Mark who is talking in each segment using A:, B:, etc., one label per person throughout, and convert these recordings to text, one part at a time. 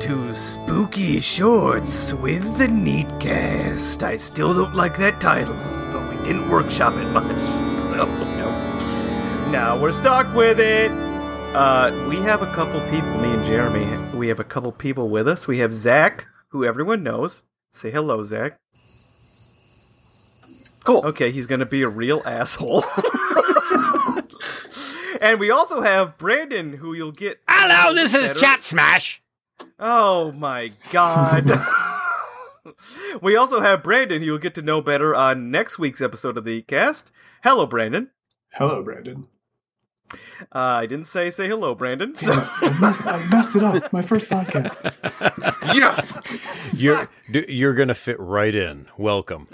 A: to Spooky Shorts with the Neatcast. I still don't like that title, but we didn't workshop it much, so no. Now we're stuck with it. Uh, we have a couple people, me and Jeremy, we have a couple people with us. We have Zach, who everyone knows. Say hello, Zach.
B: Cool.
A: Okay, he's gonna be a real asshole. and we also have Brandon, who you'll get.
C: Hello, this is Chat Smash.
A: Oh my god. we also have Brandon, who you'll get to know better on next week's episode of the cast. Hello, Brandon.
B: Hello, Brandon.
A: Uh, I didn't say say hello, Brandon. So
B: I messed, I messed it up. My first podcast.
A: yes.
D: You're d- you're gonna fit right in. Welcome.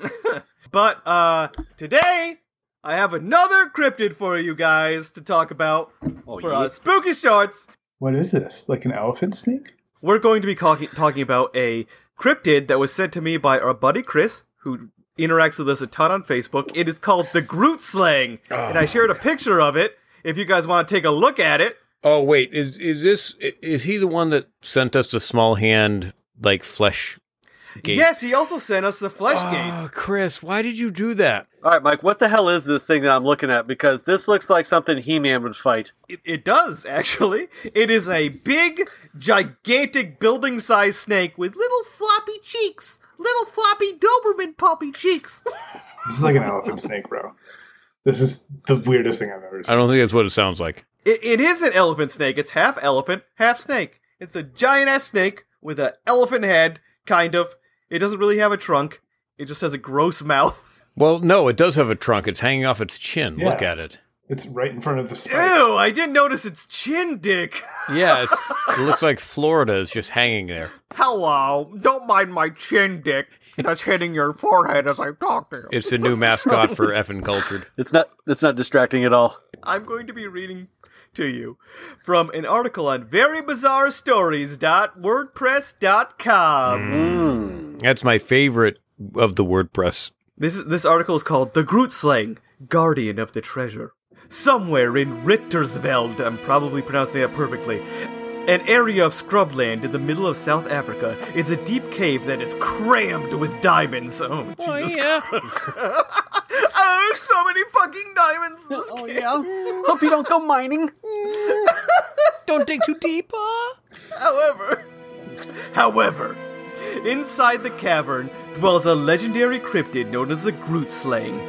A: But uh, today I have another cryptid for you guys to talk about
C: Oh,
A: for our spooky shorts.
B: What is this? Like an elephant snake?
A: we're going to be talking, talking about a cryptid that was sent to me by our buddy Chris, who interacts with us a ton on Facebook. It is called the Groot Slang, and I shared a picture of it. If you guys want to take a look at it,
D: Oh wait, is is this i- is he the one that sent us the small hand like flesh? Gate?
A: yes, he also sent us the flesh
D: Oh,
A: gates.
D: Chris, why did you do that?
E: All right, Mike, what the hell is this thing that I'm looking at? Because this looks like something He Man would fight.
A: It, it does actually. It is a big, gigantic building-sized snake with little floppy cheeks, little floppy Doberman puppy cheeks.
B: This is like an elephant snake, bro. This is the weirdest thing I've ever
D: I
B: seen.
D: don't think that's what it sounds like.
A: It, it is an elephant snake. It's half elephant, half snake. It's a giant ass snake with an elephant head, kind of. It doesn't really have a trunk. It just has a gross mouth.
D: Well, no, it does have a trunk. It's hanging off its chin. Look
B: Yeah.
D: at it.
B: It's right in front of the
A: Ew!
B: spike.
A: I didn't notice its chin, Dick.
D: Yeah, it's, it looks like Florida is just hanging there.
A: Hello. Don't mind my chin, Dick. That's hitting your forehead as I talk to you.
D: It's the new mascot for effing cultured.
E: It's not. It's not distracting at all.
A: I'm going to be reading to you from an article on verybizarrestories.wordpress.com.
D: That's my favorite of the WordPress.
A: This this article is called "The Groot Slang: Guardian of the Treasure." Somewhere in Richtersveld, I'm probably pronouncing that perfectly, an area of scrubland in the middle of South Africa is a deep cave that is crammed with diamonds. Oh, Jesus! Oh, so many fucking diamonds. in this
E: Oh,
A: cave.
E: Hope you don't go mining.
D: Don't dig too deep.
A: However, however, inside the cavern dwells a legendary cryptid known as the Groot Slang.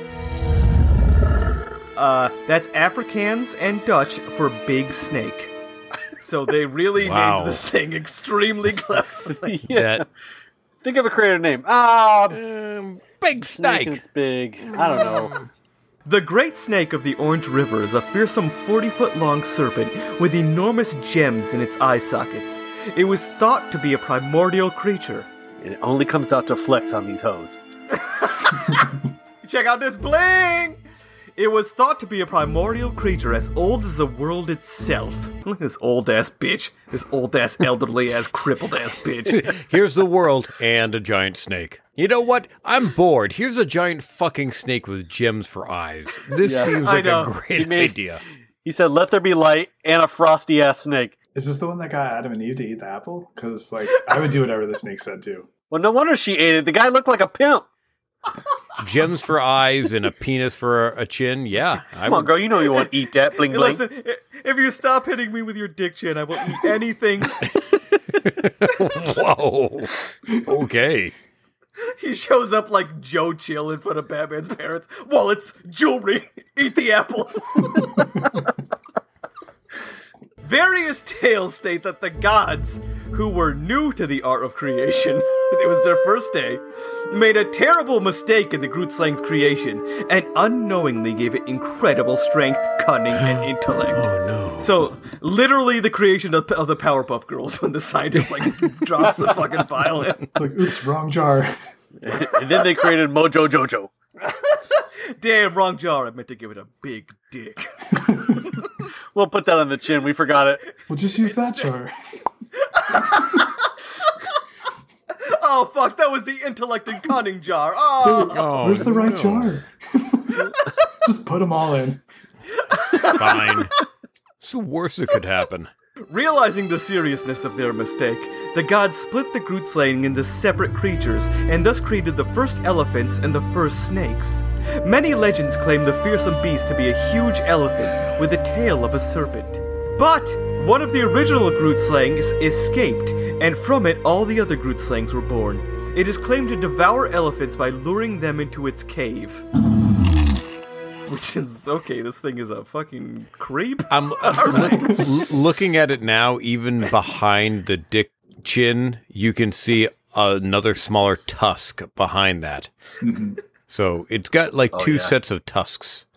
A: Uh, that's Afrikaans and Dutch for big snake. So they really
D: Wow.
A: named this thing extremely cleverly.
E: yeah.
D: That
E: Think of a creative name. Ah,
D: um, big
E: snake. and
D: snake.
E: It's big. I don't know.
A: The Great Snake of the Orange River is a fearsome 40 foot long serpent with enormous gems in its eye sockets. It was thought to be a primordial creature.
E: it only comes out to flex on these hoes.
A: Check out this bling! It was thought to be a primordial creature as old as the world itself. Look at this old ass bitch. This old ass, elderly ass, crippled ass bitch.
D: Here's the world and a giant snake. You know what? I'm bored. Here's a giant fucking snake with gems for eyes. This seems
A: I
D: like a
A: know.
D: great
E: made-
D: idea.
E: He said, "Let there be light," and a frosty ass snake.
B: Is this the one that got Adam and Eve to eat the apple? Because like I would do whatever the snake said too.
E: Well, no wonder she ate it. The guy looked like a pimp.
D: Gems for eyes and a penis for a, a chin. Yeah, I
E: Come on,
D: would.
E: girl. You know you want to eat that bling
A: Hey,
E: bling.
A: Listen, i- if you stop hitting me with your dick chin, I will eat anything.
D: Whoa. Okay.
A: he shows up like Joe Chill in front of Batman's parents. Wallets, jewelry, eat the apple. Various tales state that the gods, who were new to the art of creation, it was their first day, made a terrible mistake in the Groot Slang's creation and unknowingly gave it incredible strength, cunning, and intellect.
D: Oh no.
A: So literally the creation of, of the Powerpuff Girls when the scientist like drops the fucking violin.
B: Like oops, wrong jar.
E: and then they created Mojo Jojo.
A: Damn, wrong jar. I meant to give it a big dick.
E: We'll put that on the chin. We forgot it.
B: We'll just use that jar.
A: Oh fuck, that was the intellect and cunning jar. Oh,
D: Oh,
B: Where's the right
D: no.
B: jar? just put them all in.
D: Fine. It's the worst that could happen.
A: Realizing the seriousness of their mistake, the gods split the Grootslain into separate creatures and thus created the first elephants and the first snakes. Many legends claim the fearsome beast to be a huge elephant with the tail of a serpent. But one of the original Grootslangs escaped, and from it all the other Grootslangs were born. It is claimed to devour elephants by luring them into its cave. Which is okay, this thing is a fucking creep.
D: I'm look, l- looking at it now. Even behind the dick chin, you can see another smaller tusk behind that. so it's got like two sets of tusks.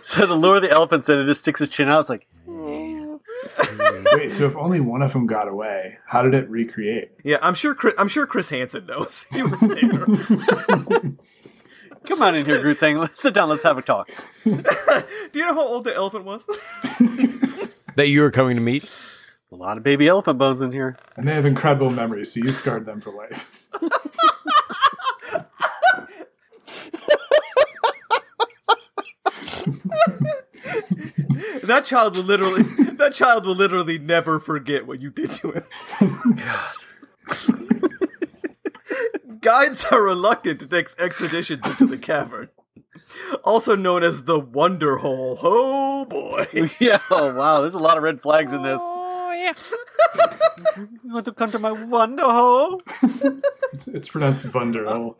E: So to lure the elephants in, it just sticks its chin out. It's like,
B: Wait, so if only one of them got away, how did it recreate?
A: Yeah, I'm sure. Chris, I'm sure Chris Hansen knows. He was there.
E: come on in here, Groot saying, let's sit down, let's have a talk.
A: Do you know how old the elephant was?
D: That you were coming to meet.
E: A lot of baby elephant bones in here.
B: And they have incredible memories, so you scarred them for life.
A: that child will literally. That child will literally never forget what you did to him. God. Guides are reluctant to take expeditions into the cavern, also known as the Wonder Hole. Oh boy!
E: Yeah, oh wow, there's a lot of red flags in this.
C: Oh, yeah.
E: You want to come to my wonder hole?
B: It's, it's pronounced Vunderhole.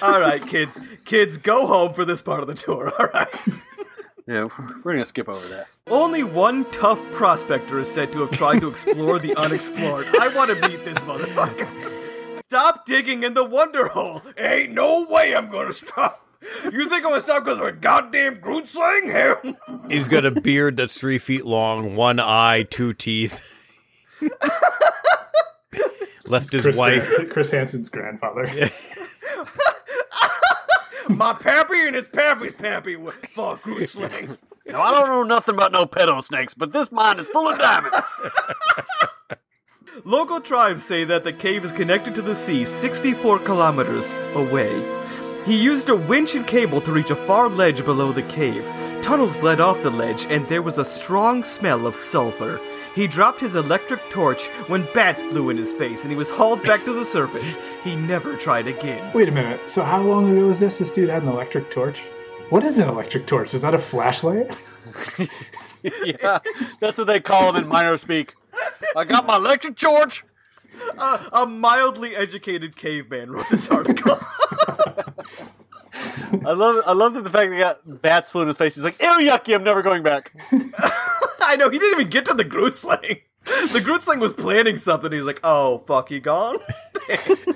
A: All right, kids, kids, go home for this part of the tour. All right.
E: Yeah, we're gonna skip over that.
A: Only one tough prospector is said to have tried to explore the unexplored. I want to meet this motherfucker. Stop digging in the wonder hole. Ain't no way I'm gonna stop. You think I'm gonna stop because of a goddamn Grootslang? Hell
D: He's got a beard that's three feet long, one eye, two teeth. Left his
B: Chris,
D: wife.
B: Gran- Chris Hansen's grandfather.
A: My pappy and his pappy's pappy were fuck Grootslings.
E: Now, I don't know nothing about no pedo snakes, but this mine is full of diamonds.
A: Local tribes say that the cave is connected to the sea 64 kilometers away. He used a winch and cable to reach a far ledge below the cave. Tunnels led off the ledge, and there was a strong smell of sulfur. He dropped his electric torch when bats flew in his face, and he was hauled back to the surface. He never tried again.
B: Wait a minute. So how long ago was this? This dude had an electric torch. What is an electric torch? Is that a flashlight?
E: yeah, that's what they call them in minor speak. I got my electric torch.
A: A mildly educated caveman wrote this article.
E: I love, I love that the fact that he got bats flew in his face. He's like, ew, yucky, I'm never going back.
A: I know, he didn't even get to the Grootsling. The Grootsling was planning something. He's like, oh, fuck, he gone?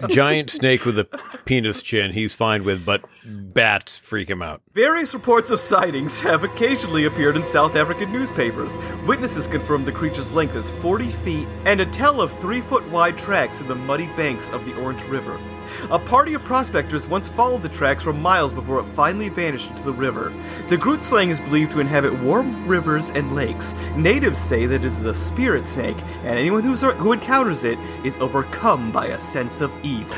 D: giant snake with a penis chin he's fine with, but bats freak him out.
A: Various reports of sightings have occasionally appeared in South African newspapers. Witnesses confirmed the creature's length is 40 feet and a tell of three foot wide tracks in the muddy banks of the Orange River. A party of prospectors once followed the tracks for miles before it finally vanished into the river. The Grootslang is believed to inhabit warm rivers and lakes. Natives say that it is a spirit snake, and anyone who's, er, who encounters it is overcome by a sense of evil.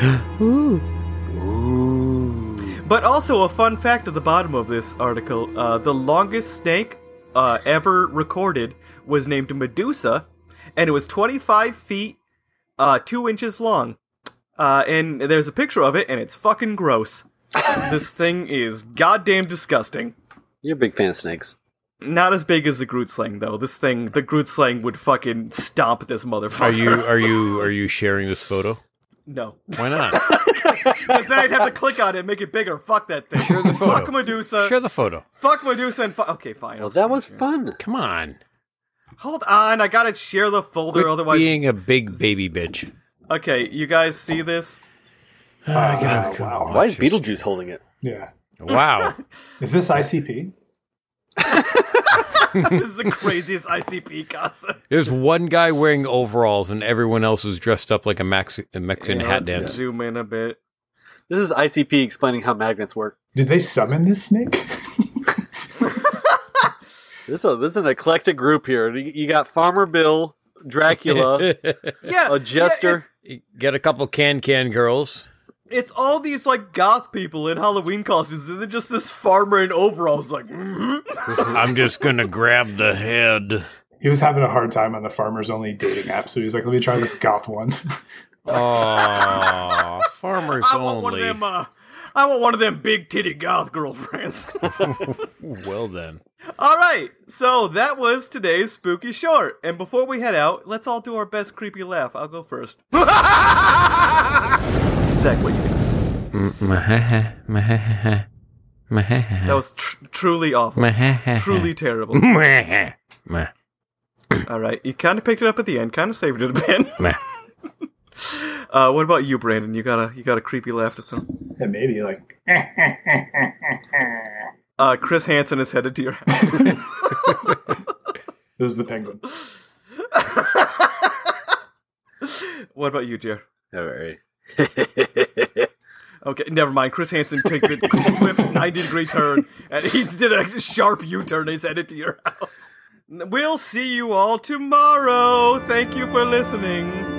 A: But also a fun fact at the bottom of this article: uh, the longest snake uh, ever recorded was named Medusa, and it was 25 feet, uh, two inches long. Uh, and there's a picture of it, and it's fucking gross. this thing is goddamn disgusting.
E: You're a big fan of snakes.
A: Not as big as the Grootslang though. This thing, the Grootslang would fucking stomp this motherfucker.
D: Are you are you are you sharing this photo?
A: No,
D: Why not?
A: because then I'd have to click on it, and make it bigger. Fuck that thing.
D: Share the photo.
A: Fuck Medusa.
D: Share the photo.
A: Fuck Medusa and fu- okay, fine.
E: Well, that was fun.
D: Come on.
A: Hold on, I gotta share the folder,
D: Quit
A: otherwise.
D: being a big baby bitch.
A: Okay, you guys see this?
B: Uh, wow.
E: Why is Beetlejuice holding it?
B: Yeah.
D: Wow.
B: Is this ICP?
A: this is the craziest ICP concert.
D: There's one guy wearing overalls and everyone else is dressed up like a, Max- a Mexican
A: Yeah,
D: hat
A: let's
D: dance.
A: Zoom in a bit.
E: This is ICP explaining how magnets work.
B: Did they summon this snake?
E: This is, a, this is an eclectic group here. You you got Farmer Bill, Dracula,
A: Yeah,
E: a jester.
D: Get a couple can can girls.
A: it's all these like goth people in Halloween costumes, and then just this farmer in overalls, like, mm
D: I'm just gonna grab the head.
B: He was having a hard time on the farmers only dating app, so he's like, "Let me try this goth one."
D: Oh, farmers
E: I want one of
D: only.
E: them. Uh, I want one of them big titty goth girlfriends.
D: well then.
A: All right, so that was today's spooky short. And before we head out, let's all do our best creepy laugh. I'll go first. Zach, what you do?
D: That
A: That was tr- truly awful. Truly terrible. All right, you kind of picked it up at the end, kind of saved it a bit. Uh, what about you, Brandon? You got a you got a creepy laugh at them.
B: and maybe like,
A: Uh, Chris Hansen is headed to your house.
B: "This is the penguin."
A: what about you, dear?
F: All right.
A: Okay, never mind. Chris Hansen took the swift 90 degree turn and he did a sharp U turn. He's headed to your house. We'll see you all tomorrow. Thank you for listening.